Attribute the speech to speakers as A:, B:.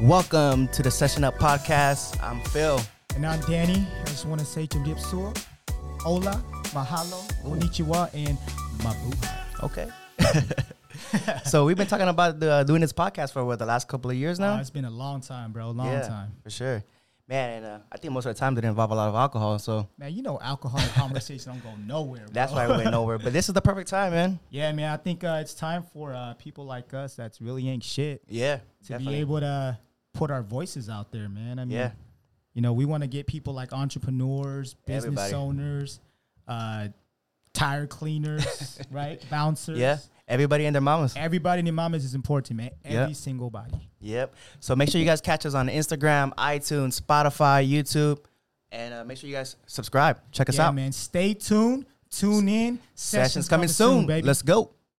A: Welcome to the Session Up Podcast. I'm Phil.
B: And I'm Danny. I just want to say to Dipsur, Ola, Mahalo, Konnichiwa, and Mabuhay.
A: Okay. so we've been talking about the, uh, doing this podcast for what the last couple of years now.
B: Uh, it's been a long time, bro. Long time.
A: for sure, man. And uh, I think most of the time didn't involve a lot of alcohol, so
B: Man, you know alcohol and conversation don't go nowhere. Bro.
A: that's why it went nowhere. But this is the perfect time, man.
B: Yeah, man. I think uh, it's time for uh, people like us that's really ain't shit
A: Yeah,
B: to be able to put our voices out there, man. I mean,
A: Yeah.
B: you know, we want to get people like entrepreneurs, business
A: Everybody.
B: owners, uh, tire cleaners, right? Bouncers.
A: yeah. Everybody and their mamas.
B: Everybody in the mamas is important, man. Every
A: Yeah.
B: single body.
A: Yep. So make sure you guys catch us on Instagram, iTunes, Spotify, YouTube, and uh, make sure you guys subscribe. Check us
B: yeah,
A: out.
B: man. Stay tuned. Tune in.
A: Sessions coming soon.
B: baby.
A: Let's go.